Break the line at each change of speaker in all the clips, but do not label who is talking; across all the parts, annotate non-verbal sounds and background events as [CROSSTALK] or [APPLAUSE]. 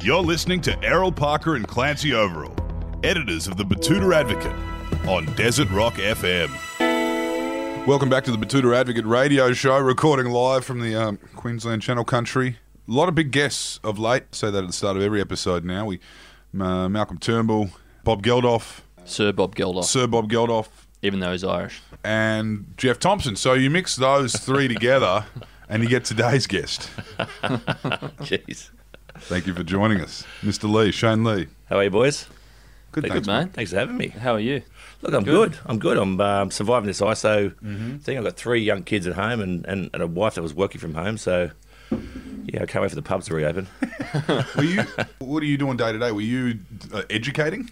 You're listening to Errol Parker and Clancy Overall, editors of the Batuta Advocate on Desert Rock FM. Welcome back to the Batuta Advocate radio show, recording live from the um, Queensland Channel Country. A lot of big guests of late. Say that at the start of every episode now. We, uh, Malcolm Turnbull, Bob Geldof,
Sir Bob Geldof,
Sir Bob Geldof,
even though he's Irish.
and Jeff Thompson. So you mix those [LAUGHS] three together and you get today's guest.
[LAUGHS] Jeez.
Thank you for joining us, Mr. Lee, Shane Lee.
How are you, boys?
Good,
Good
thanks,
man.
Thanks for having me.
How are you?
Look, I'm good. I'm good. I'm um, surviving this ISO thing. I've got three young kids at home and, and, and a wife that was working from home. So, yeah, I can't wait for the pubs to reopen.
Were you? What are you doing day to day? Were you uh, educating?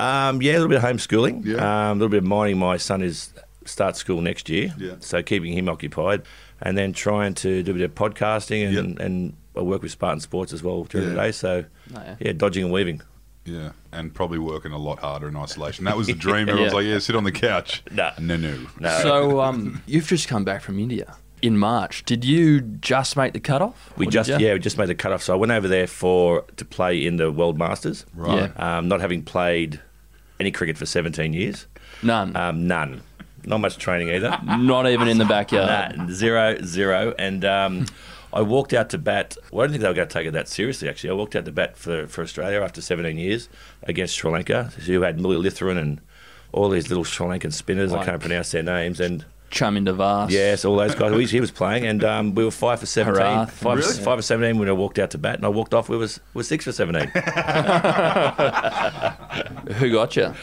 Um, yeah, a little bit of homeschooling.
Yeah.
Um, a little bit of mining. My son is starts school next year.
Yeah.
So keeping him occupied, and then trying to do a bit of podcasting and and I work with Spartan Sports as well during the
Yeah.
day. So,
Oh, yeah.
yeah, dodging and weaving.
Yeah, and probably working a lot harder in isolation. That was [LAUGHS] the dream. Everyone's
Yeah.
like, "Yeah, sit on the couch."
Nah.
no, no.
No. [LAUGHS]
So um, you've just come back from India in March. Did you just make the cutoff? Or
We
did
just
ya?
yeah, we just made the cutoff. So I went over there for to play in the World Masters.
Right.
Um, not having played any cricket for 17 years,
none,
um, none. Not much training
[LAUGHS]
either.
not even in the backyard.
Nah, zero, zero. And um, I walked out to bat. Well, I don't think they were going to take it that seriously, actually. I walked out to bat for, for Australia after 17 years against Sri Lanka, who had Millie Lutheran and all these little Sri Lankan spinners. I
Like-
can't pronounce their
[LAUGHS]
names. And
Chum into vast.
Yes, all those guys. We- He was playing, and um, we were five for seventeen.
Harath.
Five,
Really?
five for seventeen when I walked out to bat, and I walked off. We was we was six for seventeen.
[LAUGHS] Who got you?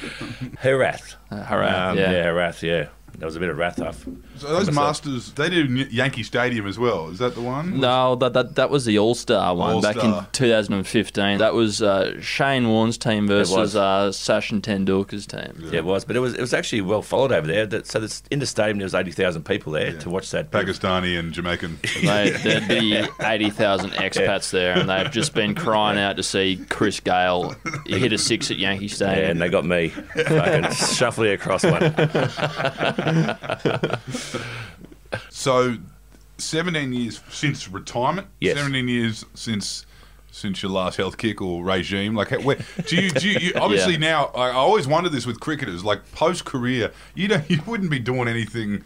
Harath.
Uh, Harath, yeah.
Harath. Um, Yeah, that was a bit of wrath off.
So those masters, they do N- Yankee Stadium as well. Is that the one?
No, that that, that was the All Star one back in
All-Star.
2015. That was uh, Shane Warne's team versus
was.
uh, Sachin Tendulkar's team.
Yeah, it was, but it was it was actually well followed over there. That, so this, in the stadium, there was eighty thousand people there to watch that.
Pakistani and [LAUGHS] Jamaican.
They, there'd be 80,000 expats there, and they've just been crying out to see Chris Gale hit a six at Yankee
Yeah,
Stadium.
and they got me fucking shuffling across one.
So, seventeen years since retirement.
Yes.
Seventeen years since since your last health kick or regime. Like, how- where, do you do you,
[LAUGHS]
you obviously
Yeah.
now? I I always wonder this with cricketers. Like post career, you know, [LAUGHS] you wouldn't be doing anything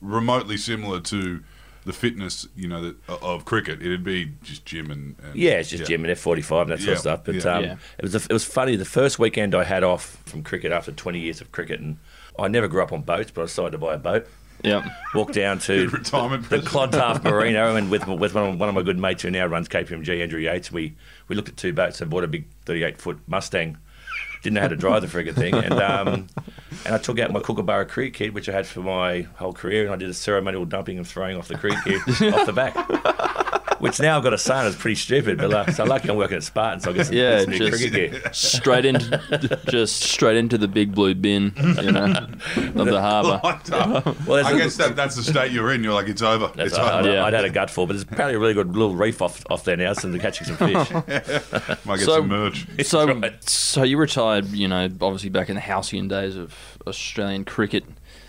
remotely similar to the fitness, you know, that, of cricket. It'd be just gym and, and
Yeah, it's just gym and F forty five and that sort
Yeah,
of stuff. But
yeah.
um,
Yeah.
it was it was funny. The first weekend I had off from cricket after twenty years of cricket, and I never grew up on boats, but I decided to buy a boat.
Yep.
Walked down to
[LAUGHS] Retirement
the
present.
Clontarf Merino, and with with one of, one of my good mates who now runs KPMG, Andrew Yates, we we looked at two boats and bought a big thirty eight foot Mustang. Didn't know how to drive the frigging thing, and um, and I took out my Kookaburra Creek kid, which I had for my whole career, and I did a ceremonial dumping and throwing off the creek kid off the back. Which now I've got a son is pretty stupid, but like, so lucky I'm working at Spartan, so I get some,
Yeah,
some new
just-
cricket
[LAUGHS]
gear.
Straight into just straight into the big blue bin, you know, of
[LAUGHS]
the harbour.
Locked up.
Well,
uh, I
there's a-
guess that, that's the state you're in. You're like, it's over.
That's
it's
I- I'd,
over.
Yeah.
I'd had a gut for, but there's apparently a really good little reef off, off there now, so they're catching
[LAUGHS]
some fish.
Might get
So-
some merch.
So,
[LAUGHS] right.
so you retired, you know, obviously back in the halcyon days of Australian cricket.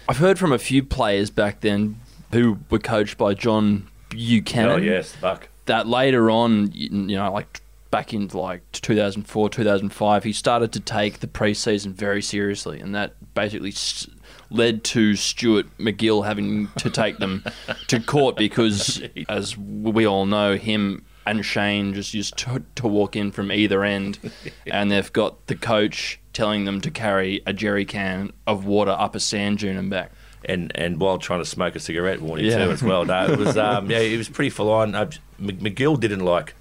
I've heard from a few players back then who were coached by John Buchanan.
oh yes, Buck.
that later on, you you know, like back in like 2004, 2005, he started to take the preseason very seriously, and that basically s- led to Stuart McGill having to take them to court because, as we all know, him and Shane just used to, to walk in from either end, and they've got the coach telling them to carry a jerry can of water up a sand dune and back.
and and while trying to smoke a cigarette warning
Yeah.
too as well. No, it
[LAUGHS]
was um, yeah, it was pretty full on. Uh, M- McGill didn't like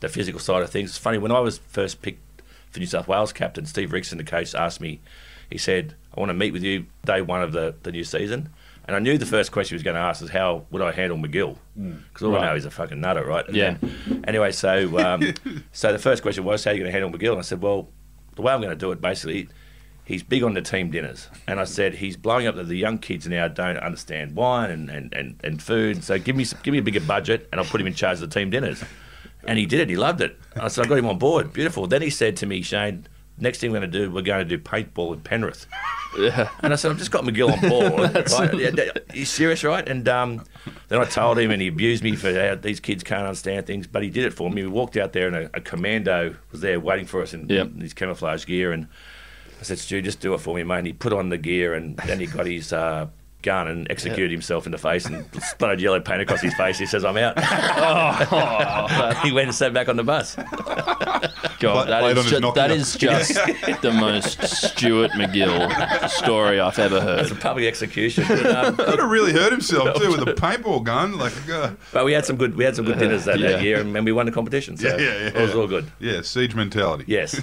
the physical side of things. It's funny when I was first picked for New South Wales captain, Steve Riggs in the coach asked me. He said, "I want to meet with you day one of the, the new season." And I knew the first question he was going to ask is how would I handle McGill because all
Mm. Right.
I know is a fucking nutter, right? And
Yeah.
then- anyway, so um, so the first question was how are you going to handle McGill, and I said, well, the way I'm going to do it basically he's big on the team dinners. And I said, he's blowing up that the young kids now don't understand wine and, and, and, and food. So give me some, give me a bigger budget and I'll put him in charge of the team dinners. And he did it. He loved it. I said, I got him on board. Beautiful. Then he said to me, Shane, next thing we're going to do, we're going to do paintball in Penrith.
Yeah.
And I said, I've just got McGill on board. right? Yeah, yeah, you serious, right? And um, then I told him, and he abused me for how these kids can't understand things, but he did it for me. We walked out there, and a, a commando was there waiting for us in,
Yeah.
in his camouflage gear. And I said, Stu, just do it for me, mate. And he put on the gear, and then he got his. Uh, Gun and executed himself in the face and splattered yellow paint across his face. He says, "I'm out."
Oh.
he went and sat back on the bus.
God, that
played on
is,
his
ju-
knock-knock.
that
[LAUGHS]
is just the most Stuart McGill story I've ever
It's a
heard.
public execution. But, um,
Could have really hurt
[LAUGHS]
himself too with a paintball gun. Like, uh,
But we had some good we had some good dinners that,
Yeah.
that year, and, and we won the competition. So
Yeah, yeah,
it was
yeah.
all good.
yeah, siege mentality.
Yes,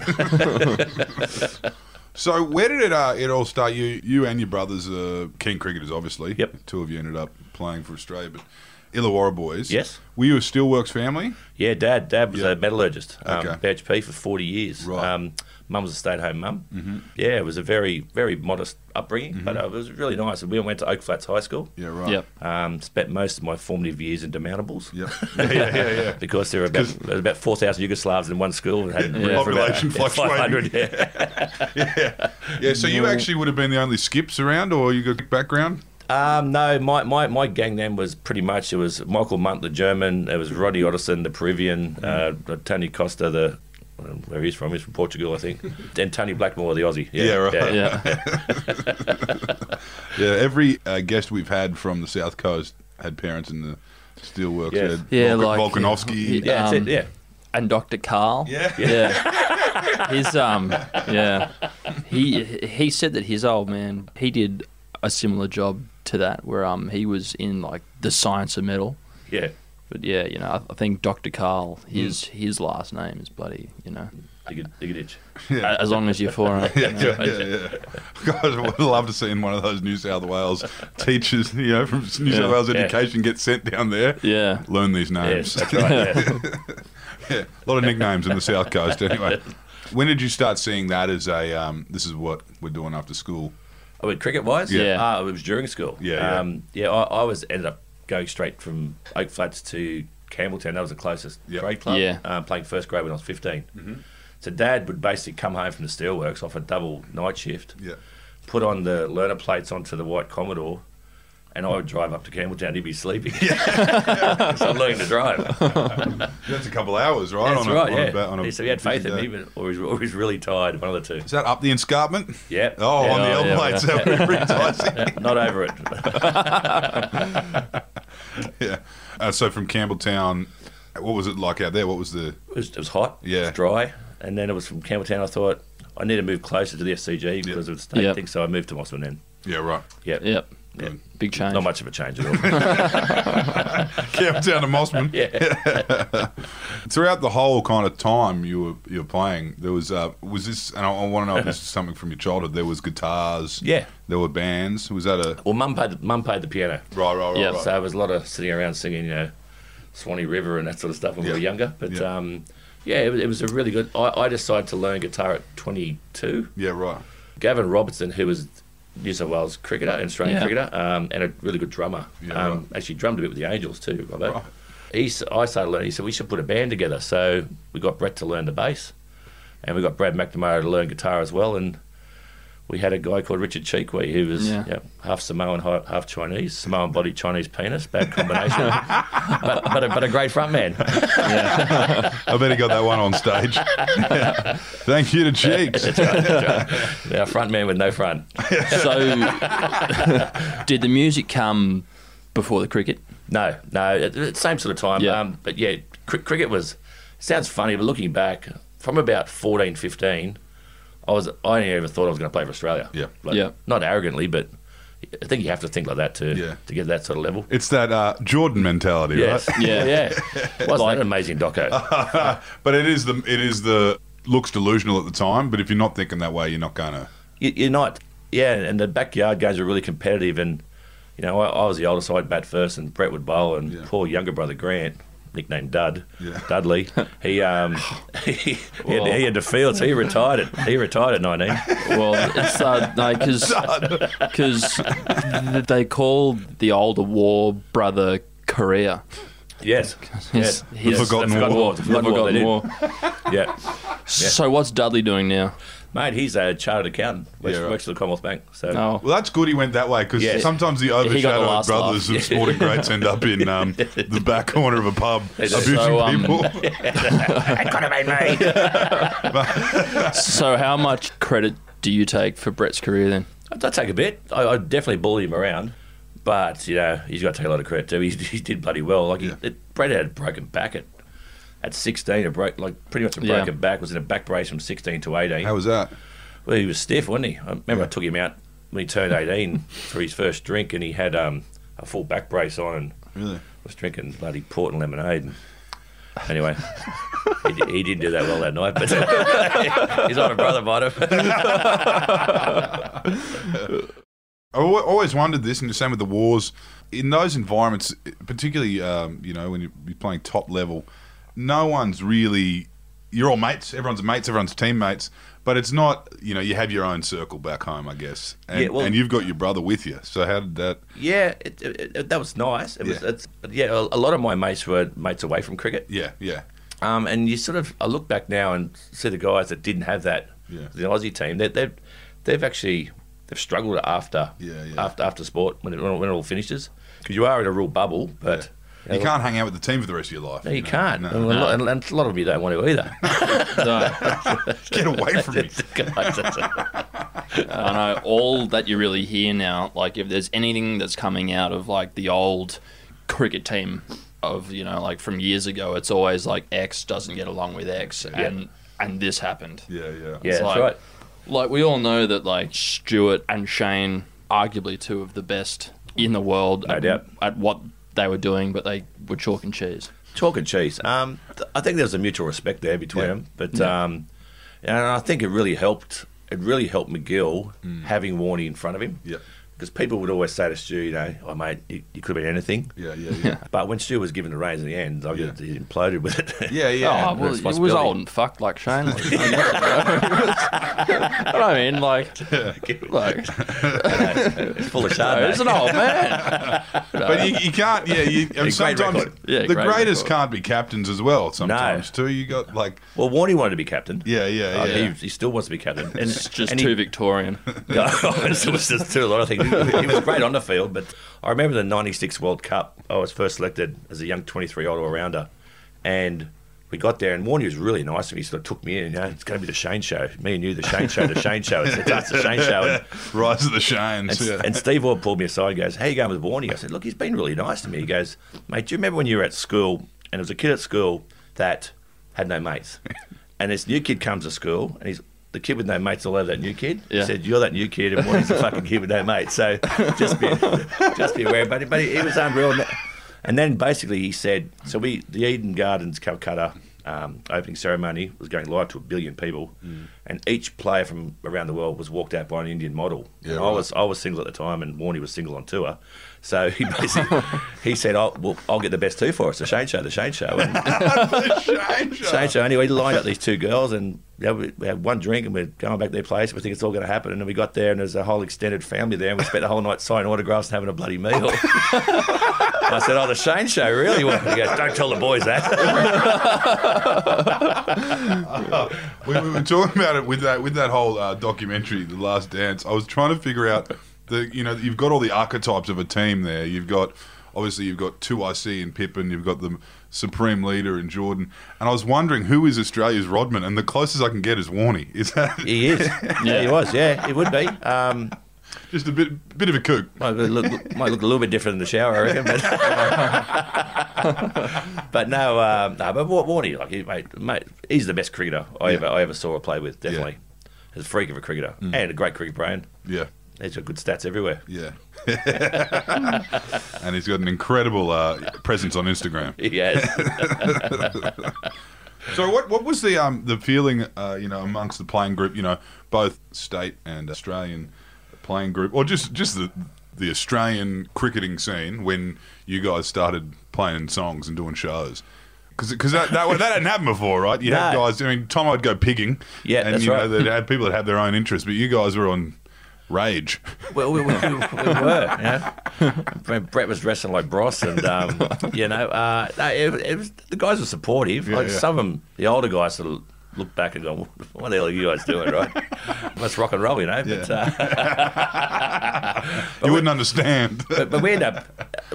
So where did it uh, it all start? You you and your brothers are keen cricketers, obviously.
Yep.
Two of you ended up playing for Australia, but Illawarra boys.
Yes.
Were you a Steelworks family?
yeah. Dad, Dad was
Yeah.
a metallurgist, um,
Okay.
BHP for forty years.
Right.
Um, mum was a stay-at-home mum. Mm-hmm. Yeah, it was a very very modest upbringing,
Mm-hmm.
but uh, it was really nice. And we went to Oak Flats High School.
Yeah, right.
Yep.
Um, spent most of my formative years in demountables. [LAUGHS]
Yep. Yeah, yeah, yeah, [LAUGHS] yeah.
Because there were about, there were about 4,000 Yugoslavs in one school. And had room for about, [LAUGHS]
Population
yeah, 500, yeah.
Yeah, so you actually would have been the only skips around, or you got background?
Um, no, my, my, my gang then was pretty much it was Michael Munt, the German. It was Roddy Otteson, the Peruvian.
Mm-hmm.
Uh, Tony Costa, the where he's from, he's from Portugal, I
[LAUGHS]
think. and Tony Blackmore, the Aussie.
Yeah, right.
Yeah.
Yeah, every uh, guest we've had from the South Coast had parents in the steelworks.
Yes.
Yeah, like-
Volkanovski.
[LAUGHS] Yeah.
Yeah, that's
Um,
it. Yeah,
and Dr. Carl.
Yeah.
Yeah. His um yeah. He he said that his old man he did a similar job to that where um he was in like the science of metal.
yeah.
But yeah, you know, I, I think Dr. Carl, his
Hmm.
his last name is bloody, you know.
Dig it, dig it, itch.
[LAUGHS] Yeah.
a- As long as you're for it.
[LAUGHS]
you
Yeah,
know.
yeah, yeah, yeah. God, I would love to see in one of those New South Wales teachers, you know, from New
Yeah,
South Wales
yeah.
education get sent down there.
Yeah.
Learn these
Yes,
names.
that's right. Yeah.
[LAUGHS] Yeah, a lot of nicknames in the South Coast. Anyway, when did you start seeing that as a um, this is what we're doing after school?
I mean, cricket wise,
Yeah.
uh, it was during school.
Yeah, yeah.
um, yeah. I, I was ended up going straight from Oak Flats to Campbelltown. That was the closest
Yep.
grade club.
Yeah.
um, playing first grade when I was 15
Mm-hmm.
So Dad would basically come home from the steelworks off a double night shift,
Yeah,
put on the learner plates onto the white Commodore. And I would drive up to Campbelltown. He'd be sleeping. [LAUGHS] so I'm learning to
[LAUGHS]
drive.
that's a couple hours, right?
That's
on a,
right.
on
yeah.
a ba- on a
Yeah, so he had
busy
faith in
day.
me, but- or he's, or he's really tired. One of the two.
Is that up the escarpment?
Yep.
Oh,
Yeah.
on the
Oh,
L
yeah,
plates, that would be
[LAUGHS]
pretty enticing.
Not over it. [LAUGHS]
yeah. Uh, so from Campbelltown, what was it like out there? What was the
It was, it was hot. It
Yeah.
was dry. And then it was from Campbelltown. I thought I need to move closer to the SCG because of the state
Yep.
thing. So I moved to Mossman then.
yeah right?
Yep.
[LAUGHS] Yep.
Yep.
Big change.
Not much of a change at all. [LAUGHS]
Campbelltown to Mossman.
yeah.
[LAUGHS] Throughout the whole kind of time you were you were playing, there was uh, was this, and I, I want to know if this
[LAUGHS]
is something from your childhood. There was guitars.
Yeah.
There were bands. Was that a
Well, mum played, mum played the piano.
right, right, right?
Yeah,
right.
So it was a lot of sitting around singing, you know, Swanee River and that sort of stuff when
Yeah.
we were younger. But
Yeah.
yeah, um, yeah it, was, it was a really good. I, I decided to learn guitar at 22.
yeah, right.
Gavin Robertson, who was New South Wales cricketer, an Australian
Yeah.
cricketer, um, and a really good drummer.
Yeah,
um, Actually, drummed a bit with the Angels too. Robert.
Right.
He, s- I started learning. He said we should put a band together. So we got Brett to learn the bass, and we got Brad McNamara to learn guitar as well. And we had a guy called Richard Cheekwee who was
Yeah.
yeah, half Samoan, hi- half Chinese. Samoan body, Chinese penis, bad combination, [LAUGHS] but, but, a, but a great front man. [LAUGHS]
I bet he got that one on stage. Thank you to Cheeks.
Our front man with no front.
[LAUGHS]
so did the music come before the cricket?
No, no, at the same sort of time.
Yeah.
Um, but yeah, cr- cricket was sounds funny, but looking back, from about 14, 15, I was I only ever thought I was going to play for Australia.
Yeah.
Like,
Yeah.
Not arrogantly, but I think you have to think like that to
Yeah.
to get that sort of level.
It's that uh, Jordan mentality,
Yes.
right?
Yeah.
[LAUGHS] yeah. Wasn't that an amazing doco?
[LAUGHS] But it is the it is the looks delusional at the time. But if you're not thinking that way, you're not gonna.
you, you're not. Yeah, and the backyard games were really competitive, and you know I, I was the older, so I'd bat first, and Brett would bowl, and
Yeah.
poor younger brother Grant, nicknamed Dud,
Yeah.
Dudley,
[LAUGHS]
he um [LAUGHS] he, he, had, he had the field, so he retired it. He retired at 19.
Well, it's uh, no, because they called the older war brother Korea.
Yes,
His-
yes,
his-
The Forgotten War.
The
Never
forgotten war.
gotten
they
war.
did. Yeah,
So what's Dudley doing now?
Mate, he's a chartered accountant. Works,
Yeah, right.
works for the Commonwealth Bank. So
No.
Well, that's good he went that way because
Yeah.
sometimes the
got the
overshadowed
last
brothers
laugh.
of sporting greats end up in
[LAUGHS]
um, the back corner of a pub
do.
abusing
So, um,
[LAUGHS]
people.
that could have been me.
So how much credit do you take for Brett's
[LAUGHS]
career then?
I, I take a bit. I, I definitely bully him around, but you know he's got to take a lot of credit too. He, [LAUGHS] he did bloody well. Like he,
Yeah.
it, Brett had a broken back at at 16. A broke like pretty much a
Yeah.
broken back was in a back brace from 16 to 18.
How was that?
Well, he was stiff, wasn't he? I remember I took him out when he turned 18 [LAUGHS] for his first drink, and he had um, a full back brace on and
Really?
was drinking bloody port and lemonade. And anyway, he, di- he didn't do that well that night, but [LAUGHS] he's not a brother, might have.
I al- always wondered this, and the same with the wars. In those environments, particularly, um, you know, when you're you're playing top level, no one's really. You're all mates. Everyone's mates. Everyone's teammates. But it's not, you know, you have your own circle back home, I guess, and,
Yeah, well-
and you've got your brother with you. So how did that?
yeah, it, it, it- that was nice. It was,
Yeah.
it's, yeah, a, a lot of my mates were mates away from cricket.
Yeah, yeah,
Um, and you sort of, I look back now and see the guys that didn't have that.
Yeah.
The Aussie team, they, they've they've actually they've struggled after
Yeah, yeah.
after after sport when it, when it all finishes because you are in a real bubble, but
you can't hang out with the team for the rest of your life.
No, you
know?
can't.
No.
And, a lot, and a lot of you don't want
[LAUGHS]
to either.
No.
Get away
[LAUGHS]
from me.
I know all that you really hear now. Like, if there's anything that's coming out of like the old cricket team of you know like from years ago, it's always like X doesn't get along with X, and and this happened.
Yeah, yeah,
Yeah, that's
like,
right.
Like we all know that like Stewart and Shane, arguably two of the best in the world,
No
at,
doubt.
at what they were doing, but they were chalk and cheese.
Chalk and cheese. Um, th- I think there was a mutual respect there between
Yeah.
them, but um, and I think it really helped. It really helped McGill having Warney in front of him.
Mm. Yeah.
Because people would always say to Stu, you know, oh, mate, you, you could have been anything.
yeah, yeah, yeah.
[LAUGHS] But when Stu was given the reins in the end, I
Yeah.
he imploded with it. [LAUGHS]
Yeah, yeah.
oh, well, it was
responsibility.
old and fucked like Shane. Like, [LAUGHS] I mean, [LAUGHS] what I mean, like, like
[LAUGHS]
It's full of
No, it's
Chardonnay.
an old
[LAUGHS]
man.
But you, you can't, yeah. You, and
great
sometimes
record.
Yeah,
the
great
greatest
record.
can't be captains as well. Sometimes too, you got like,
well, Warney wanted to be captain.
yeah, yeah,
Uh,
yeah.
he, he still wants to
[LAUGHS]
be captain. And,
It's just
and he-
too Victorian.
[LAUGHS] No, it was just too a lot of things. He was great on the field, but I remember the '96 World Cup. I was first selected as a young 23-year-old all-rounder, and we got there, and Warney was really nice, and he sort of took me in. You know, it's going to be the Shane Show. Me and you, the Shane Show, the Shane Show. It's, it's the Shane Show.
[LAUGHS]
And,
Rise of the Shanes.
and,
yeah.
and Steve Ward pulled me aside and goes, How you going with Warney? I said, Look, he's been really nice to me. He goes, Mate, do you remember when you were at school and there was a kid at school that had no mates? And this new kid comes to school and he's the kid with no mates all over that new kid. He
Yeah.
said, You're that new kid and Warney's the fucking kid with no mates. So just be just be aware, buddy. But he, he was unreal. And then basically he said, So we the Eden Gardens Calcutta um, opening ceremony was going live to a billion people, and each player from around the world was walked out by an Indian model.
Yeah,
And I
right.
was I was single at the time, and Warney was single on tour. So he [LAUGHS] basically he said, "I'll well, I'll get the best two for us, the Shane Show, the Shane Show."
[LAUGHS]
And
the Shane Show.
Shane Show. Anyway, he lined up these two girls, and you know, we, we had one drink, and we're going back to their place. We think it's all going to happen, and then we got there, and there's a whole extended family there, and we spent the whole night signing autographs and having a bloody meal.
[LAUGHS]
I said, "Oh, the Shane Show, really?" Well, he goes, "Don't tell the boys
[LAUGHS]
that."
we, we were talking about it with that with that whole uh, documentary, The Last Dance. I was trying to figure out the you know you've got all the archetypes of a team there. You've got obviously you've got two IC and Pippen. You've got the supreme leader in Jordan. And I was wondering who is Australia's Rodman, and the closest I can get is Warney. Is that
he is. Yeah, he was. Yeah, he would be. Um,
just a bit bit of a kook?
Might look, might look a little bit different in the shower, I reckon. But, but [LAUGHS] no, um, no. But Wa- Warney, like he, mate, mate, he's the best cricketer I
Yeah.
ever I ever saw or play with. Definitely, he's a freak of a cricketer and a great cricket brain.
Yeah,
He's got good stats everywhere.
yeah. [LAUGHS] and he's got an incredible uh, presence on Instagram.
Yes.
So what what was the um the feeling uh, you know amongst the playing group you know both state and Australian playing group or just just the the Australian cricketing scene when you guys started playing songs and doing shows because that that, that hadn't happened before right you had
No.
guys I mean Tom I'd go pigging
Yeah,
and
that's
you know
right.
they had people that had their own interests but you guys were on rage
[LAUGHS] well, we, we, we, we were. You know? When Brett was dressing like Bros, and [LAUGHS] um, you know, uh, no, it, it was, the guys were supportive.
Yeah,
like
yeah.
some of them, the older guys sort of looked back and gone, "What the hell are you guys doing?" [LAUGHS] Right? That's rock and roll, you know. But, uh,
you wouldn't understand.
[LAUGHS] but, but we ended up,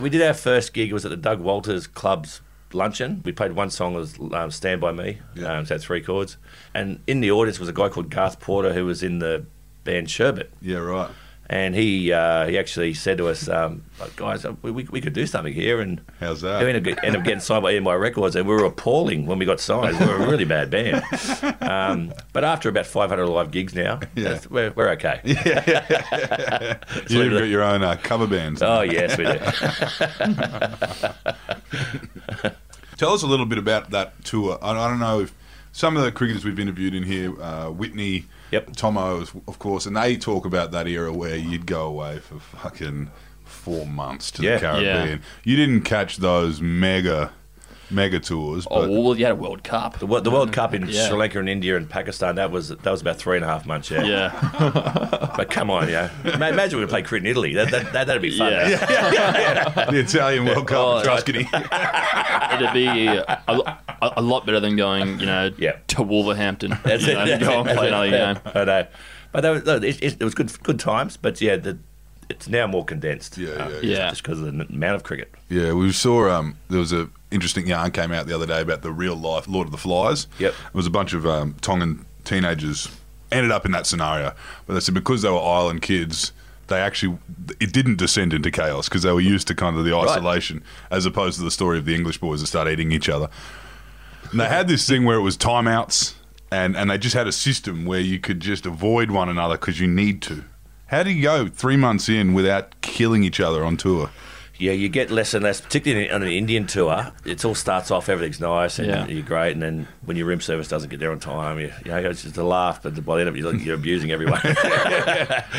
we did our first gig was at the Doug Walters Club's luncheon. We played one song as um, "Stand by Me,"
Yeah.
um, so three chords. And in the audience was a guy called Garth Porter who was in the band Sherbet.
[LAUGHS] yeah, right.
And he uh, he actually said to us, um, like, guys, uh, we, we, we could do something here. And
How's that?
We ended up, ended up getting signed by EMI Records, and we were appalling when we got signed. We were a really
[LAUGHS]
bad band. Um, but after about 500 live gigs now,
Yeah.
that's- we're, we're
[LAUGHS]
okay.
You
leave
even
it
got
at-
your own uh, cover bands.
Oh, yes, we do.
Tell us a little bit about that tour. I, I don't know if some of the cricketers we've interviewed in here, uh, Whitney,
Yep.
Tomo, of of course, and they talk about that era where you'd go away for fucking four months to
Yeah.
the Caribbean. You didn't catch those mega, mega tours,
Oh,
but
well, you had a World Cup.
The, wo- the World Cup in
Mm-hmm. Yeah.
Sri Lanka and India and Pakistan, that was that was about three and a half months,
[LAUGHS]
yeah.
Yeah.
But come on, yeah. Ma- Imagine we could play cricket in Italy. That, that, that, that'd be fun. [LAUGHS]
[LAUGHS]
Yeah.
the Italian World Cup,
Oh,
Etruscany.
[LAUGHS] It'd be a, lo- a, a lot better than going, you know,
Yeah.
to Wolverhampton.
[LAUGHS] That's
you
it.
know,
That's
go
it.
and
That's
play
it.
another game.
I know. But that was, look, it, it, it was good good times, but yeah, the, it's now more condensed. Uh,
Yeah, yeah,
yeah. Yeah.
Just because of the n- amount of cricket.
Yeah, we saw um, there was a interesting yarn came out the other day about the real life Lord of the Flies.
Yep.
it was a bunch of um, Tongan teenagers ended up in that scenario, but they said because they were island kids, they actually it didn't descend into chaos because they were used to kind of the isolation as opposed to the story of the English boys that start eating each other. And they had this thing where it was timeouts, and and they just had a system where you could just avoid one another because you need to. How do you go three months in without killing each other on tour?
Yeah, you get less and less, particularly on an Indian tour. It all starts off, everything's nice, and
Yeah.
you're great, and then when your room service doesn't get there on time, you, you know, it's just a laugh, but by the end of it, you're, you're abusing everyone. [LAUGHS]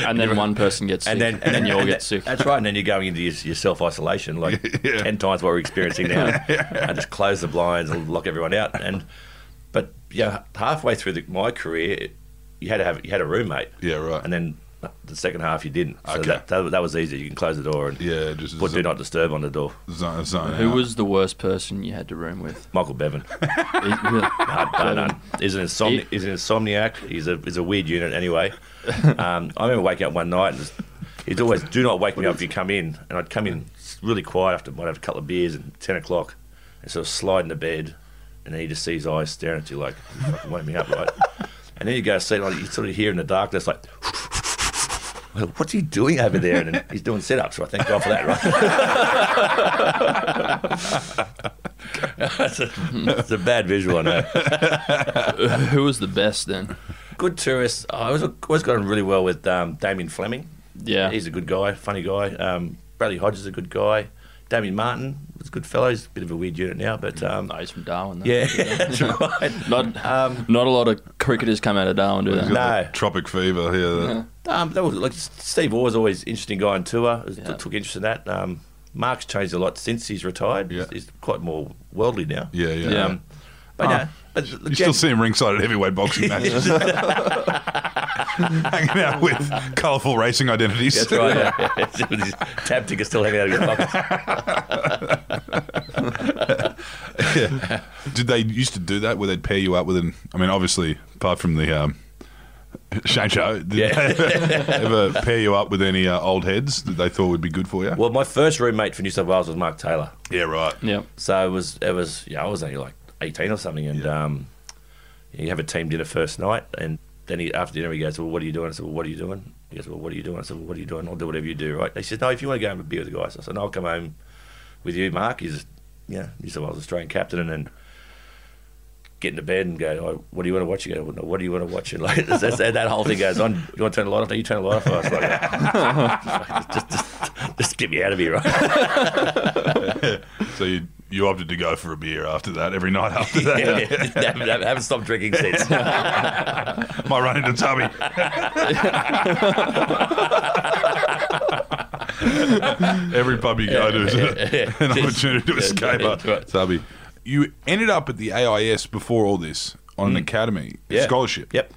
And then one person gets sick.
and then and then
you all
and
get
that-
sick.
That's right. And then you're going into your, your self isolation, like
[LAUGHS] Yeah.
ten times what we're experiencing now.
[LAUGHS]
I just close the blinds and lock everyone out. And but yeah, halfway through the, my career, it- you had to have you had a roommate,
Yeah, right.
and then the second half you didn't. So
Okay.
that, that that was easy. You can close the door and
Yeah, just
put do not disturb on the door.
Zone, zone
Who
out.
was the worst person you had to room
[LAUGHS]
with?
Michael Bevan.
He- really-
No, no, no. He's an, insomni-
He-
he's an insomniac. He's a, he's a weird unit [LAUGHS] anyway. Um, I remember waking up one night and he'd always, do not wake me up if you come in. And I'd come in really quiet after might have a couple of beers and 10 o'clock and sort of slide into bed. And then you just see his eyes staring at you like, "You fucking wake me up, [LAUGHS] right? And then you go to sleep, like, you sort of hear in the darkness, like, well, what's he doing over there? And then he's doing sit ups, right? Thank God for that, right? [LAUGHS] that's, a, that's a bad visual, I know.
um, Who was the best then?
Good tourist. I was always got on really well with um, Damien Fleming.
Yeah.
he's a good guy, funny guy. Um, Bradley Hodges is a good guy. Damien Martin was a good fellow. He's a bit of a weird unit now, but um,
No, he's from Darwin. Though.
[LAUGHS] yeah, that's right.
Mm. [LAUGHS] Not,
[LAUGHS] Um,
not a lot of cricketers come out of Darwin, do
He's
they?
got
No.
the Tropic fever here. Yeah.
um, that was like Steve Orr was always an interesting guy on tour. Was-
Yeah.
Took interest in that. Um, Mark's changed a lot since he's retired.
Yeah.
He's quite more worldly now.
Yeah, yeah. Ah,
Yeah.
Um, but no, but
You still [LAUGHS] see him ringside at heavyweight
[LAUGHS]
boxing matches. [LAUGHS] Hanging out with colourful racing identities.
That's right. [LAUGHS] Yeah. Tab tickets still hanging out of your pockets.
[LAUGHS] Yeah. [LAUGHS] Did they used to do that where they'd pair you up with an? I mean, obviously, apart from the um, Shane Show, did
Yeah.
they [LAUGHS] ever pair you up with any uh, old heads that they thought would be good for you?
Well, my first roommate for New South Wales was Mark Taylor.
yeah, right.
Yeah.
So it was, it was, yeah, I was only like 18 or something. And um, you have a team dinner first night. And then he, after dinner, he goes, Well, what are you doing? I said, Well, what are you doing? He goes, Well, what are you doing? I said, Well, what are you doing? I'll do whatever you do, right? He said, No, if you want to go and be with the guys. I said, No, I'll come home with you, Mark. He's, yeah, New South Wales Australian captain. And then get into bed and go, oh, What do you want to watch? You go, "Well, no, What do you want to watch? And like, [LAUGHS] that's, that's- that whole thing goes on. Do you want to turn the light off? No, you turn the light off. I was like, [LAUGHS] just, just, just get me out of here, right? [LAUGHS]
[LAUGHS] So you you opted to go for a beer after that every night
[LAUGHS]
after that.
haven't, haven't stopped drinking since.
Might run into Tubby. Every pub you go to is a- an opportunity to escape a
That's right.
Tubby. You ended up at the AIS before all this on an academy
Mm. Yeah.
scholarship.
Yep.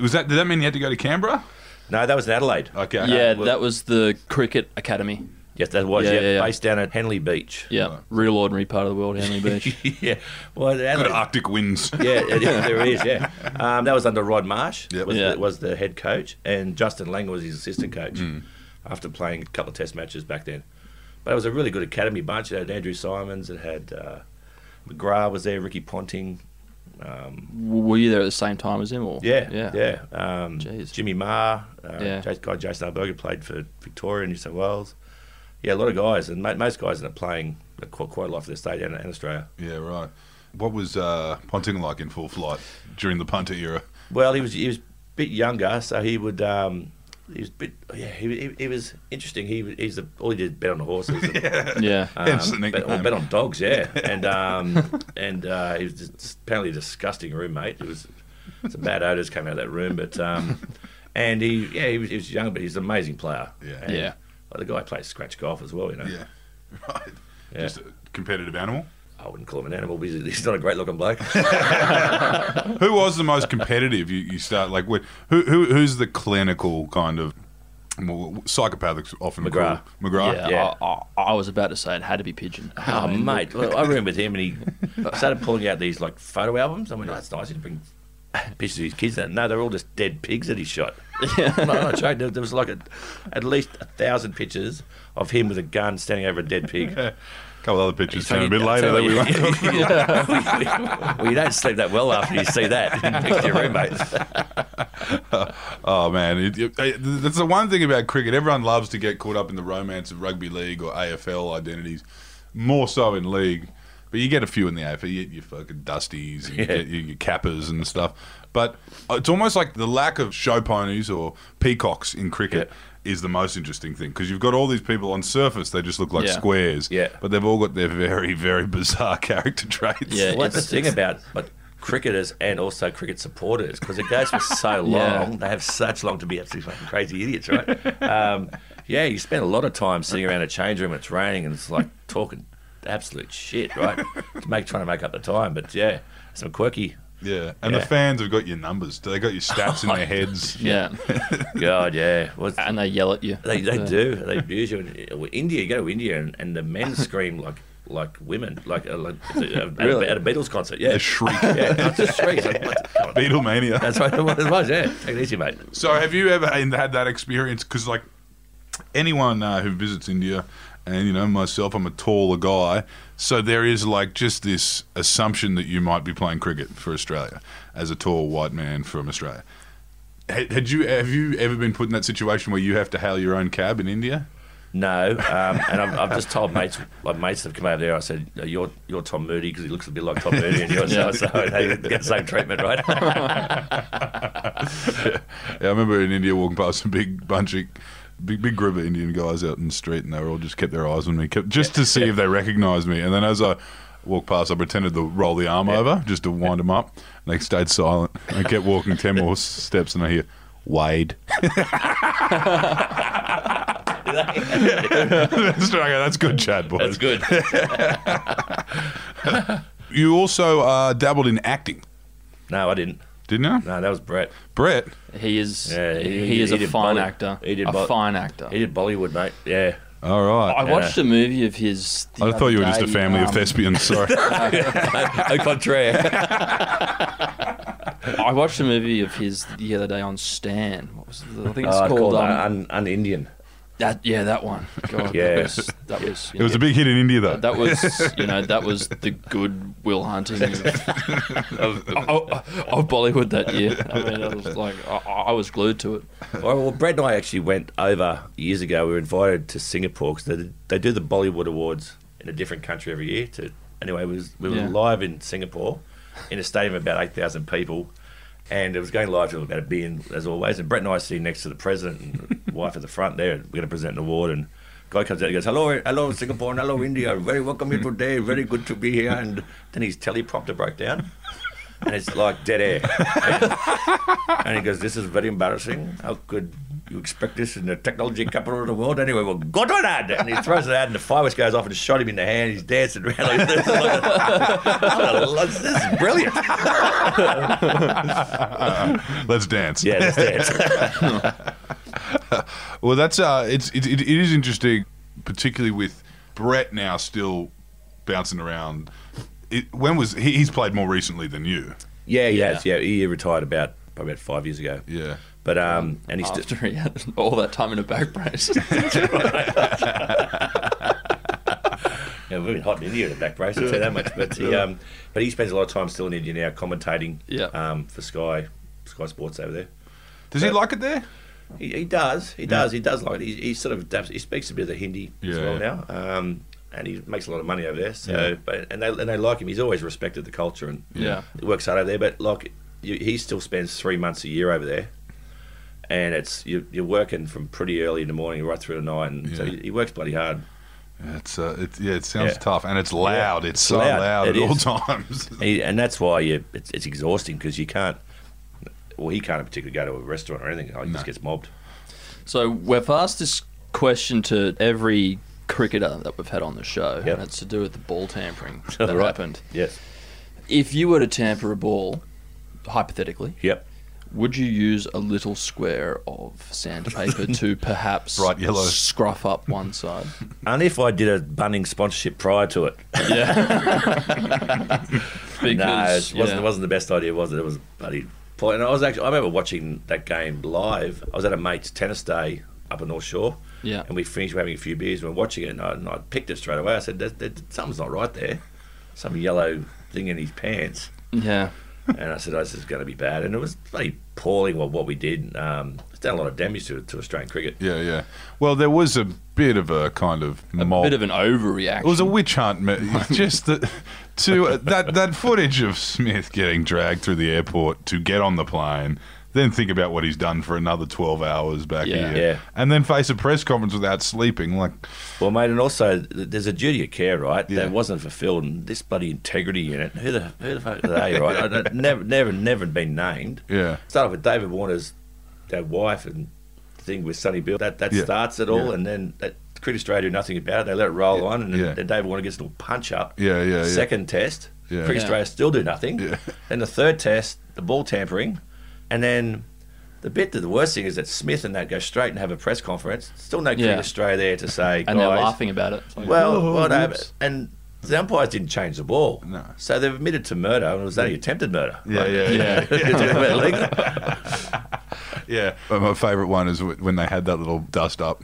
Was that? Did that mean you had to go to Canberra?
No, that was in Adelaide.
Okay.
Yeah,
Uh, well-
that was the Cricket Academy.
Yes, that was
Yeah,
yeah,
yeah, yeah.
based down at Henley Beach.
Yeah, real ordinary part of the world, Henley Beach.
[LAUGHS] yeah. Well,
Good
Adelaide,
Arctic winds.
yeah, it- it- there is. Yeah, um, that was under Rod Marsh.
Yep.
Was,
Yeah.
The, was the head coach, and Justin Lang was his assistant coach. After playing a couple of Test matches back then, but it was a really good academy bunch. It had Andrew Simons. It had uh, McGrath was there. Ricky Ponting.
W- Were you there at the same time as him? Or
Yeah,
yeah,
yeah. Um,
Jeez.
Jimmy Maher, uh,
Yeah.
Jas- guy Jason Alberger played for Victoria, New South Wales. Yeah, a lot of guys, and mo- most guys end up playing quite, quite a lot for their state and, and Australia.
[LAUGHS] Yeah, right. What was uh, Ponting like in full flight during the punter era?
Well, he was he was a bit younger, so he would. Um, he was a bit, yeah. He, he, he was interesting. He was- he's the, all he did is bet on the horses.
[LAUGHS]
and-
yeah.
Um,
Hence the
bet,
nickname.
well, bet on
[LAUGHS]
dogs, yeah. And um, and uh, he was just apparently a disgusting roommate. It was some bad odors came out of that room, but um, and he yeah he was, he was young, but he's an amazing player.
Yeah.
And,
Yeah.
like, the guy plays scratch golf as well, you know.
Yeah, [LAUGHS] right.
Yeah.
Just a competitive animal.
I wouldn't call him an animal, but he's, he's not a great looking bloke.
Who was the most competitive? You, you start like wh- who, who who's the clinical kind of well, psychopaths often
McGrath.
called McGrath.
Yeah,
Yeah.
I, I, I was about to say it had to be pigeon.
Oh,
I mean,
mate. Look, I room with him and he started pulling out these like photo albums. I went, oh, that's nice. He'd bring pictures of his kids. And no, they're all just dead pigs that he shot. Yeah. I'm not joking. There, there was like a, at least a thousand pictures of him with a gun standing over a dead pig. [LAUGHS]
A couple other pictures
So
came a
you-
bit
I'll
later
tell
that
you-
we won't talk
[LAUGHS]
well, you don't sleep that well after you see that next to your roommates.
Oh man, it, it, it- that's the one thing about cricket. Everyone loves to get caught up in the romance of rugby league or AFL identities, more so in league. But you get a few in the AFL. You get your fucking dusties, and you
Yeah.
get your, your cappers and stuff. But uh, it's almost like the lack of show ponies or peacocks in cricket. Is the most interesting thing because you've got all these people on surface; they just look like
Yeah.
squares.
Yeah.
but they've all got their very, very bizarre [LAUGHS] character traits.
Yeah.
Well, that's the
it's-
thing
it's-
about like, cricketers and also cricket supporters because it goes for so long.
Yeah.
They have such long to be absolutely fucking crazy idiots, right? Um, yeah, you spend a lot of time sitting around a change room. It's raining and it's like talking absolute shit, right? to make trying to make up the time, but yeah, some quirky.
yeah. And the
Yeah.
fans have got your numbers. They got your stats in
[LAUGHS]
their heads.
yeah,
God, yeah. Well,
and they yell at you.
They, they
Yeah.
do. They abuse you. And, well, India, you go to India and, and the men scream like like women, like, uh, like uh, at,
Really?
a, at a Beatles concert. Yeah,
[LAUGHS] They shriek.
yeah, that's just shrieks. Like, what the- come on.
Beatlemania.
That's right. That's what it was. Yeah, take it easy, mate.
So, have you ever had that experience? Because, like, anyone uh, who visits India, and you know myself, I'm a taller guy, so there is like just this assumption that you might be playing cricket for Australia as a tall white man from Australia. Had had you have you ever been put in that situation where you have to hail your own cab in India?
No, um, and I've, I've just told mates, like mates that have come over there. I said, "Uh, "You're you're Tom Moody because he looks a bit like Tom Moody, and you're
Yeah.
so so." They get the same
[LAUGHS]
treatment, right?
Yeah, I remember in India walking past a big bunch of big big group of Indian guys out in the street, and they were all just kept their eyes on me, kept, just to see if they recognised me. And then as I walked past, I pretended to roll the arm over just to wind them up, and they stayed silent. And I kept walking ten more s- steps, and I hear. Wade. [LAUGHS] So I go, That's good, Chad, boys.
That's good.
You also uh, dabbled in acting,
No, I didn't.
didn't you?
No, that was Brett.
Brett,
He is.
Yeah,
he,
he-
is
he
a
did
fine
Bolly-
actor.
he did
a
Bo-
fine actor.
He did Bollywood, mate. Yeah.
all right.
I
I,
watched a movie of his. the
thought you were
other
just a
day,
family of
um,
thespians.
[LAUGHS]
Sorry.
Au contraire.
[LAUGHS] I watched a movie of his the other day on Stan. What was the, I think it's
Oh,
called?
called
um,
un, un Indian.
that yeah, that one. God,
Yeah.
that was that was, you
it was
know,
a big hit in India, though.
that was you know that was the good Will Hunting
[LAUGHS]
of, of, of, of Bollywood that year. I mean, it was like I, I was glued to it.
[LAUGHS] Well, well, Brad and I actually went over years ago. We were invited to Singapore because they, they do the Bollywood Awards in a different country every year. To anyway, we, was, we were
Yeah.
live in Singapore in a stadium of about eight thousand people, and it was going live to about a billion as always. And Brett and I sitting next to the president and wife at the front there. and We're going to present an award and. Guy comes out and goes, "Hello, hello, Singapore, and hello, India. Very welcome here today. Very good to be here." And then his teleprompter broke down, and it's like dead air. And he goes, This is very embarrassing. How could you expect this in the technology capital of the world? Anyway, well, go to that. And he throws it out, and the fireworks goes off and shot him in the hand. He's dancing around like this. [LAUGHS] this is brilliant.
[LAUGHS] Let's dance.
Yeah, that's dance.
Well, that's uh, it's it, it, it is interesting particularly with Brett now still bouncing around. It, when was he, he's played more recently than you?
Yeah, he has. Yeah, he retired about probably about five years ago.
Yeah.
But um, and he's
After he had all that time in a back brace. [LAUGHS]
Yeah, we've been hot in India in a back brace, I'll tell you that much. But he, um, but he spends a lot of time still in India now, commentating
Yeah.
um, for Sky Sky Sports over there.
Does he
Uh,
like it there?
He, he does, he does, he does like it. He, he sort of adapts. He speaks a bit of the Hindi as
Yeah.
well now, um, and he makes a lot of money over there. So, but, and they and they like him. He's always respected the culture and
Yeah.
he works hard over there. But like, you, he still spends three months a year over there. And it's you, you're working from pretty early in the morning right through the night, and so
Yeah.
he, he works bloody hard.
It's uh, it, yeah, it sounds
Yeah.
tough and it's loud.
Yeah,
It's
it's
so
loud.
loud,
It
at all [LAUGHS]
is. [LAUGHS]
times.
He, and that's why you, it's, it's exhausting because you can't. Well, he can't particularly go to a restaurant or anything. Like, He just
No.
gets mobbed.
So we've asked this question to every cricketer that we've had on the show,
Yep.
and it's to do with the ball
[LAUGHS]
tampering that
Right.
happened.
Yes.
If you were to tamper a ball, hypothetically,
Yep.
would you use a little square of
[LAUGHS]
sandpaper to perhaps
Bright yellow.
scruff up one side?
And if I did a Bunnings sponsorship prior to it, no, it
Because
wasn't,
you know,
it wasn't the best idea, was it? It was bloody. poor. And I was actually, I remember watching that game live. I was at a mate's tennis day up in North Shore.
Yeah.
And we finished having a few beers and we we're watching it, and I, and I picked it straight away. I said, that, that, "Something's not right there. Some yellow thing in his pants."
yeah,
and I said, oh, "This is going to be bad." And it was bloody appalling what what we did. Um, it's done a lot of damage to, to Australian cricket.
yeah, yeah. Well, there was a bit of a kind of
a
mob.
bit of an overreaction.
It was a witch hunt. ma- [LAUGHS] Just the, to uh, that that footage of Smith getting dragged through the airport to get on the plane, then think about what he's done for another twelve hours back
Yeah.
here,
Yeah.
and then face a press conference without sleeping. Like,
Well, mate, and also th- there's a duty of care, right?
Yeah.
That wasn't fulfilled, and this bloody integrity unit. Who the who the fuck are they, right? I don't- never, never, never been named.
yeah,
Start off with David Warner's their wife and thing with Sonny Bill. That that
Yeah.
starts it all,
Yeah.
and then that, Cricket Australia do nothing about it. They let it roll on, and then,
Yeah.
then David Warner gets a little punch up.
Yeah, yeah, yeah.
Second test,
Yeah.
Cricket
Yeah.
Australia still do nothing.
Yeah.
[LAUGHS] Then the third test, the ball tampering, and then. The bit that the worst thing is that Smith and that go straight and have a press conference. Still no Cricket
Yeah.
Australia there to say,
and they're
guys,
laughing about it. It's like,
well,
Oh,
well no,
whoops.
and the umpires didn't change the ball.
No.
So they've admitted to murder, and it was only attempted murder.
yeah, yeah, yeah, [LAUGHS]
yeah.
[LAUGHS] yeah.
yeah. But my favourite one is wh- when they had that little dust up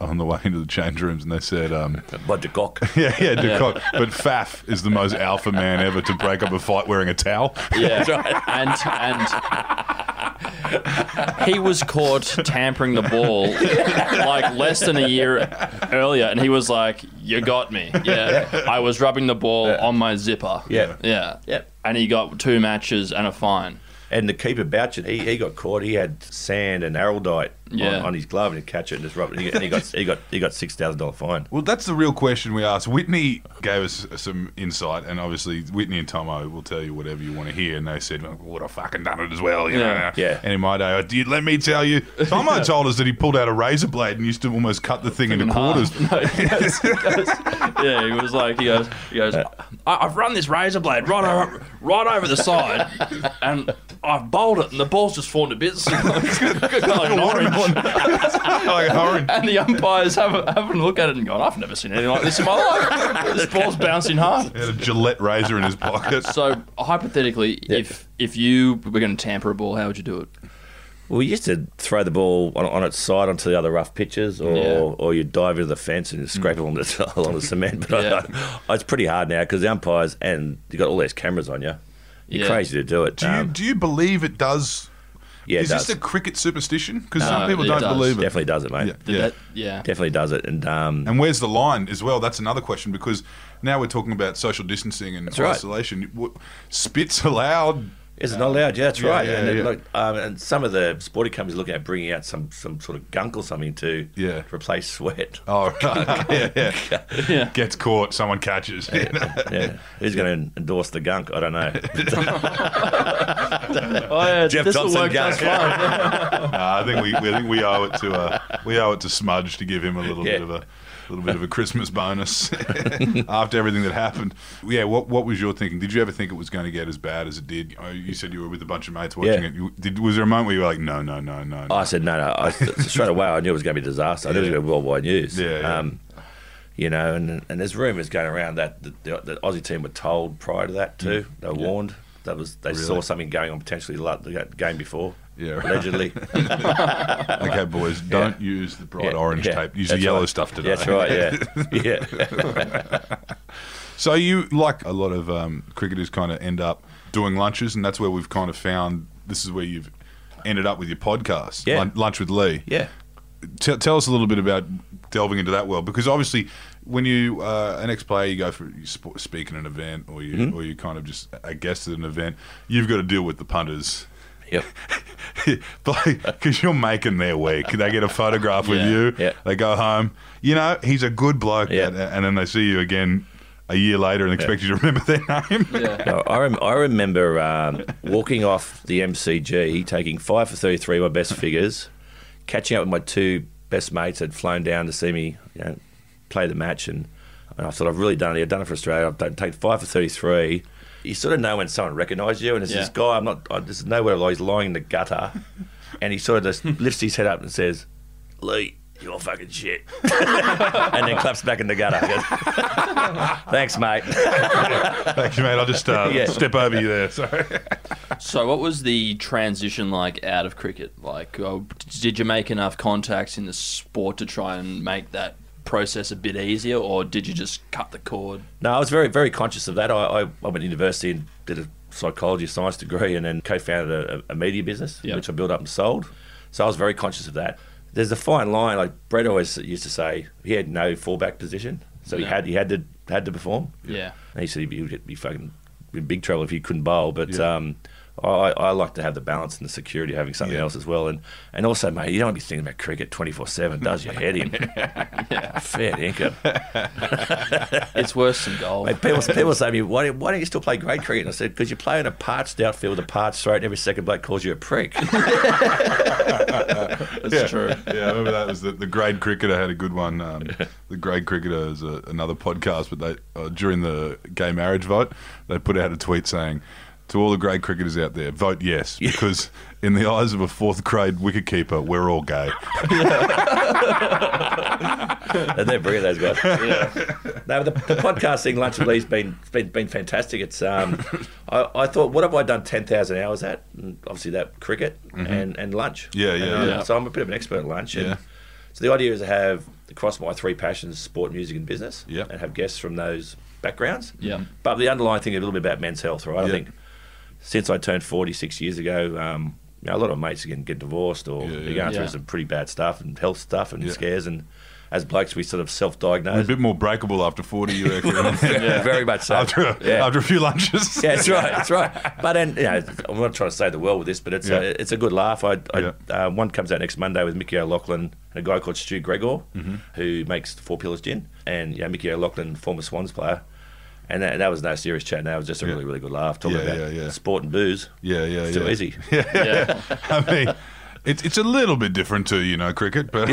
on the way into the change rooms, and they said, um, [LAUGHS]
Budge cock.
"Yeah, yeah, De
[LAUGHS]
Kock, but Faf is the most alpha man ever to break up a fight wearing a towel."
Yeah, and and he was caught tampering the ball like less than a year earlier, and he was like, "You got me." Yeah, I was rubbing the ball on my zipper.
Yeah.
yeah,
Yeah.
and he got two matches and a fine.
And the keeper Bouchard, he, he got caught. He had sand and araldite
Yeah.
on, on his glove, and he'd catch it and just rub it. And he, and he got he got he got six thousand dollar fine.
Well, that's the real question we asked. Whitney gave us some insight, and obviously Whitney and Tomo will tell you whatever you want to hear. And they said, well, "Would I fucking done it as well?" You
Yeah.
know.
Yeah.
And in my day, I did. Let me tell you, Tomo told us that he pulled out a razor blade and used to almost cut the thing into
[LAUGHS]
quarters.
Uh, No, he goes, he goes- yeah, he was like, he goes, he goes, I- I've run this razor blade right over, right over the side, and I've bowled it, and the ball's just fallen to [LAUGHS] bits. Like an orange.
like [LAUGHS] orange.
And the umpires have a, have a look at it and gone, I've never seen anything like this in my life. this ball's bouncing hard.
He had a Gillette razor in his pocket.
So hypothetically, if if you were going to tamper a ball, how would you do it?
Well, you used to throw the ball on, on its side onto the other rough pitches, or
Yeah.
or you dive into the fence and scrape it along the, [LAUGHS] along the cement. But
Yeah.
I, it's pretty hard now because the umpires and you got all those cameras on you. You're
Yeah.
crazy to do it.
Do you
Um,
do you believe it does?
yeah, it
is
does.
this a cricket superstition? Because
No,
some people
it
don't
does.
believe it.
Definitely does it, mate.
Yeah.
Did that- yeah.
Definitely does it. And um,
And where's the line as well? That's another question because now we're talking about social distancing and
right.
isolation. W- Spits allowed.
is it not allowed? Yeah, that's
Yeah,
right.
yeah,
and, it-
yeah.
Look, um, and some of the sporting companies looking at bringing out some, some sort of gunk or something to
Yeah.
replace sweat.
Oh, right. [LAUGHS] yeah, yeah.
Yeah.
Gets caught, someone catches. [LAUGHS]
[LAUGHS] Yeah. Who's going to endorse the gunk? I don't know.
Oh, yeah,
Jeff
this'll
Johnson
work just fine.
Nah, I think we, we think we owe it to uh, we owe it to Smudge to give him a little bit
Yeah.
of a little bit of a Christmas bonus [LAUGHS] after everything that happened. Yeah, what what was your thinking? Did you ever think it was going to get as bad as it did? Oh, You said you were with a bunch of mates watching
Yeah.
it. You- Did, was there a moment where you were like, no, no, no, no? no.
I said, no, no. I, straight away, I knew it was going to be a disaster. I knew it was
Yeah.
going to be worldwide news.
Yeah, yeah.
Um, you know, and and there's rumours going around that the, the, the Aussie team were told prior to that too. They were warned. That was they saw
Mm. Really?
something going on potentially la- the game before.
Yeah, right. [LAUGHS]
allegedly.
Okay, boys, don't use the bright
Yeah,
orange
yeah,
tape. Use the
that's
yellow
right.
stuff today.
That's right. Yeah, yeah.
[LAUGHS]
[LAUGHS]
So you like a lot of um, cricketers kind of end up doing lunches, and that's where we've kind of found this is where you've ended up with your podcast,
Yeah.
Lun- Lunch with Lee.
Yeah.
T- tell us a little bit about delving into that world, because obviously, when you uh, an ex-player, you go for you sp- speak at an event, or you
Mm-hmm.
or you kind of just a guest at an event, you've got to deal with the punters.
Yep.
[LAUGHS] because you're making their week. They get a photograph with
Yeah,
you.
yeah.
They go home. You know, he's a good bloke.
Yeah.
And, and then they see you again a year later and expect you to remember their [LAUGHS] name.
Yeah.
No, I, rem- I remember um, walking off the MCG, taking five for 33, my best figures, catching up with my two best mates had flown down to see me you know, play the match. And, and I thought, I've really done it. I've done it for Australia. I've done, taken five for 33. You sort of know when someone recognises you. And it's this
Yeah.
guy, I'm not, I, this is nowhere alive. He's lying in the gutter. And he sort of just lifts his head up and says, Lee, you're fucking shit. and then claps back in the gutter. [LAUGHS] He goes, Thanks, mate.
Thanks, mate. I'll just
[LAUGHS]
uh,
Yeah.
step over you there. [LAUGHS] Sorry.
So, what was the transition like out of cricket? Like, oh, did you make enough contacts in the sport to try and make that process a bit easier, or did you just cut the cord?
No, I was very, very conscious of that. I, I, I went to university and did a psychology science degree and then co founded a, a media business,
Yeah.
which I built up and sold. So I was very conscious of that. There's a fine line, like Brett always used to say, he had no fallback position. So he
Yeah.
had he had to had to perform.
Yeah.
And he said he'd be, he'd be fucking in big trouble if he couldn't bowl. But
Yeah.
um, I, I like to have the balance and the security of having something
Yeah.
else as well. And and also, mate, you don't want to be thinking about cricket 24 7, does your head in? Fair dinkum.
It's worse than gold.
Mate, people, people say to me, why, why don't you still play grade cricket? And I said, because you play in a parched outfield with a parched throat, and every second bloke calls you a prick.
That's
yeah. [LAUGHS]
true.
Yeah, I remember that was the, the grade cricketer had a good one.
[LAUGHS]
Um, the grade cricketer is a, another podcast, but they uh, during the gay marriage vote, they put out a tweet saying. To all the grade cricketers out there, vote yes because, in the eyes of a fourth grade wicketkeeper, we're all
[LAUGHS]
gay.
and they're brilliant,
[LAUGHS]
those guys. No, but the, the podcast thing, Lunch with Lee's been, it's been been fantastic. It's um, I, I thought, what have I done 10,000 hours at? And obviously, that cricket and, and lunch.
Mm-hmm. Yeah, yeah,
And, uh,
yeah.
So I'm a bit of an expert at lunch. And
Yeah.
So the idea is to have across my three passions sport, music, and business
Yeah.
and have guests from those backgrounds.
Yeah.
But the underlying thing is a little bit about men's health, right?
Yeah.
I think since I turned 46 years ago, um, you know, a lot of mates are getting, getting divorced or
Yeah, yeah.
they're going
Yeah.
through some pretty bad stuff and health stuff and
Yeah.
scares. And as blokes, we sort of
a
self-diagnose. [LAUGHS]
bit more breakable after 40, you [LAUGHS] reckon?
Very much so.
[LAUGHS] after, a,
yeah.
after a few lunches. [LAUGHS]
[LAUGHS] yeah, that's right. That's right. But and you know, I'm not trying to save the world with this, but it's
Yeah.
a, it's a good laugh. I, I
Yeah.
uh, one comes out next Monday with Mickey O'Loughlin and a guy called Stu Gregor,
Mm-hmm.
who makes Four Pillars Gin, and yeah, Mickey O'Loughlin, former Swans player, and that, that was no serious chat. That was just a
Yeah.
really really good laugh talking
Yeah,
about
yeah, yeah.
sport and booze.
Yeah, yeah,
It's too
yeah.
easy.
Yeah.
[LAUGHS] I mean, it's, it's a little bit different to, you know, cricket, but.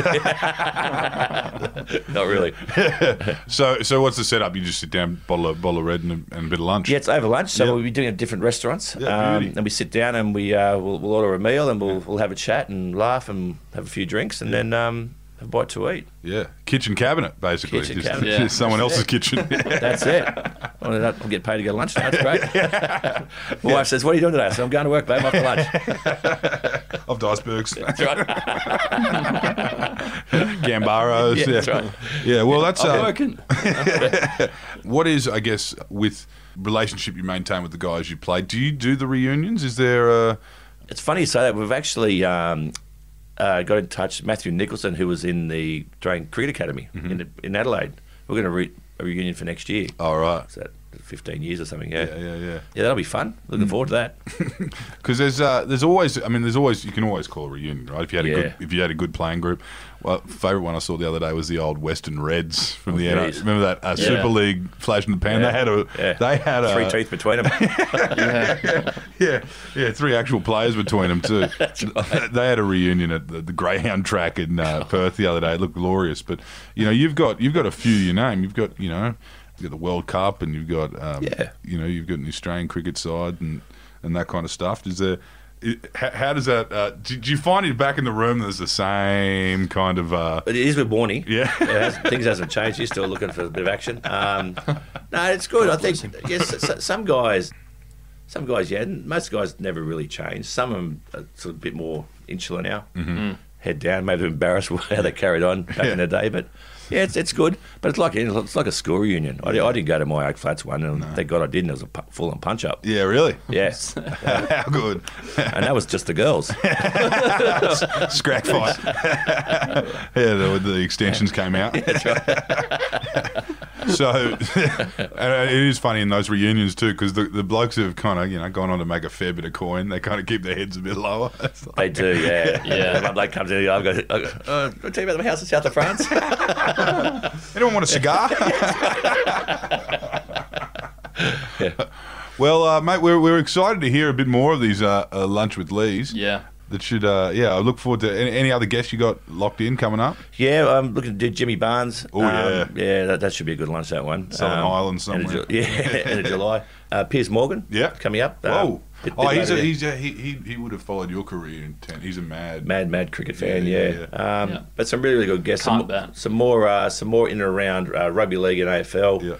not really.
[LAUGHS] So, so what's the setup? You just sit down, bottle of, bottle of red, and a, and a bit of lunch.
Yeah, it's over lunch, so
Yeah.
we'll be doing it at different restaurants.
Yeah,
um,
beauty.
and we sit down and we uh, we'll, we'll order a meal and we'll we'll have a chat and laugh and have a few drinks and then um, have a bite to eat.
Yeah. kitchen cabinet basically.
Kitchen
just, [LAUGHS]
cabinet.
just
Yeah.
someone else's kitchen. [LAUGHS]
That's it. Well, that- I'll get paid to go to lunch. That's great. [LAUGHS] My wife says, "What are you doing today?" I said, "I'm going to work, babe. I'm off to
[LAUGHS]
lunch."
of
[LAUGHS]
icebergs,
That's right.
gambaros.
Yeah,
yeah,
that's right.
Yeah, well, that's
I'm
uh,
working.
what is I guess with relationship you maintain with the guys you play. Do you do the reunions? Is there a
It's funny you say that. We've actually um, uh, got in touch. Matthew Nicholson, who was in the Drain Cricket Academy
Mm-hmm.
in, in Adelaide, we're going to re- a reunion for next year.
all right?
Is that 15 years or something? Yeah.
Oh. Yeah, yeah, Mm. yeah.
Yeah, that'll be fun. Looking forward to that.
Because there's uh, there's always I mean there's always you can always call a reunion right if you had a good
Yeah.
if you had a good playing group. Well, favorite one I saw the other day was the old Western Reds from the NRL.
geez.
Remember that uh,
Yeah.
Super League flash in the pan?
Oh, Yeah.
They had a
Yeah.
they had a
Three teeth
[LAUGHS]
between them.
Yeah, yeah, three actual players between them [LAUGHS] too. They had a reunion at the, the Greyhound track in uh, Perth the other day. It looked glorious, but you know you've got you've got a few you name. You've got you know you've got the World Cup and you've got um,
Yeah.
you know you've got an Australian cricket side and and that kind of stuff. Is there it- how, how does that? Uh, do, do you find it back in the room? There's the same kind of. Uh,
But it is with Warney.
Yeah.
It has- things hasn't changed. He's still looking for a bit of action.
[LAUGHS]
Um, no, it's good. I think yes, s- s- some guys, some guys, yeah, and most guys never really change. Some of them are sort of a bit more insular now, mm-hmm. head down, maybe embarrassed [LAUGHS] with how they carried on back in the day. But yeah, it's, it's good. But it's like it's like a school reunion. I, I didn't go to my Oak Flats one, and thank God I didn't. It was a pu- full on punch
[LAUGHS]
up.
yeah, really.
Yes,
how good.
and that was just the girls.
Scrap fight. yeah, the, the extensions came out. [LAUGHS] so and uh, it is funny in those reunions too because the, the blokes who have kind of you know gone on to make a fair bit of coin, they kind of keep their heads a bit lower. It's like,
They do, [LAUGHS] yeah.
Yeah.
My bloke comes in, I've got, I've got uh, I'll tell you about the house in south of France.
Anyone want a cigar?
Yeah.
Well, uh, mate, we're, we're excited to hear a bit more of these uh, uh, lunch with Lees.
Yeah.
That should, uh, yeah. I look forward to any, any other guests you got locked in coming up.
[LAUGHS] Yeah, I'm looking to do Jimmy Barnes.
Oh, yeah.
Um, yeah, that, that should be a good lunch, that one. Um,
Southern Island
end of
somewhere.
Ju- yeah, [LAUGHS] end of July. Uh, Piers Morgan.
Yeah.
Coming up. um,
Whoa!
bit-
oh,
bit
he's
later
a,
there.
he's a, he, he he would have followed your career in ten. He's a mad.
mad, mad cricket fan,
Yeah,
yeah.
yeah,
Um,
Yeah.
But some really, really good guests.
Can't
some,
bet.
some more, uh, some more in and around uh, rugby league and AFL,
Yeah.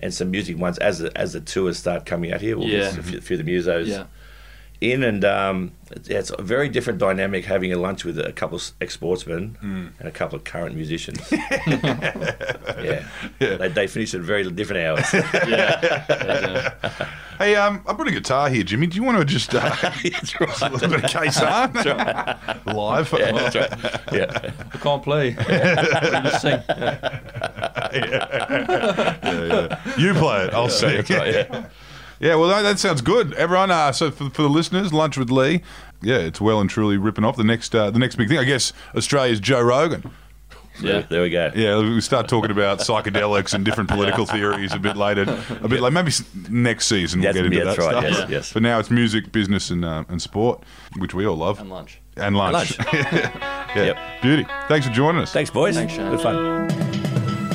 and some music ones as the, as the tours start coming out here. We'll
Yeah.
get a few, a few of the musos
Yeah.
in, and um, it's, yeah, it's a very different dynamic having a lunch with a couple of ex sportsmen and a couple of current [LAUGHS] musicians. yeah.
Yeah.
They, they finish at very different [LAUGHS] hours.
Yeah.
Hey, um, I brought a guitar here, Jimmy. Do you want to just uh, [LAUGHS] a little bit of K-Sar? live?
yeah, that's right. Yeah.
I can't play. [LAUGHS] I'm just saying.
[LAUGHS] Yeah, yeah. You play it. I'll see.
That's right, yeah.
Yeah, well, that, that sounds good. Everyone, uh, so for, for the listeners, lunch with Lee. Yeah, it's well and truly ripping off the next uh, the next big thing. I guess Australia's Joe Rogan.
Yeah.
There we go.
Yeah, we start talking about psychedelics and different political theories a bit later. A bit like maybe s- next season we'll
That's-
get into
yeah,
that
that's right,
stuff.
yes, yes.
But now it's music, business, and uh, and sport, which we all love,
And lunch.
and lunch. [LAUGHS] yeah,
Yep.
beauty. Thanks for joining us.
Thanks, boys.
Thanks, Shane.
Good fun.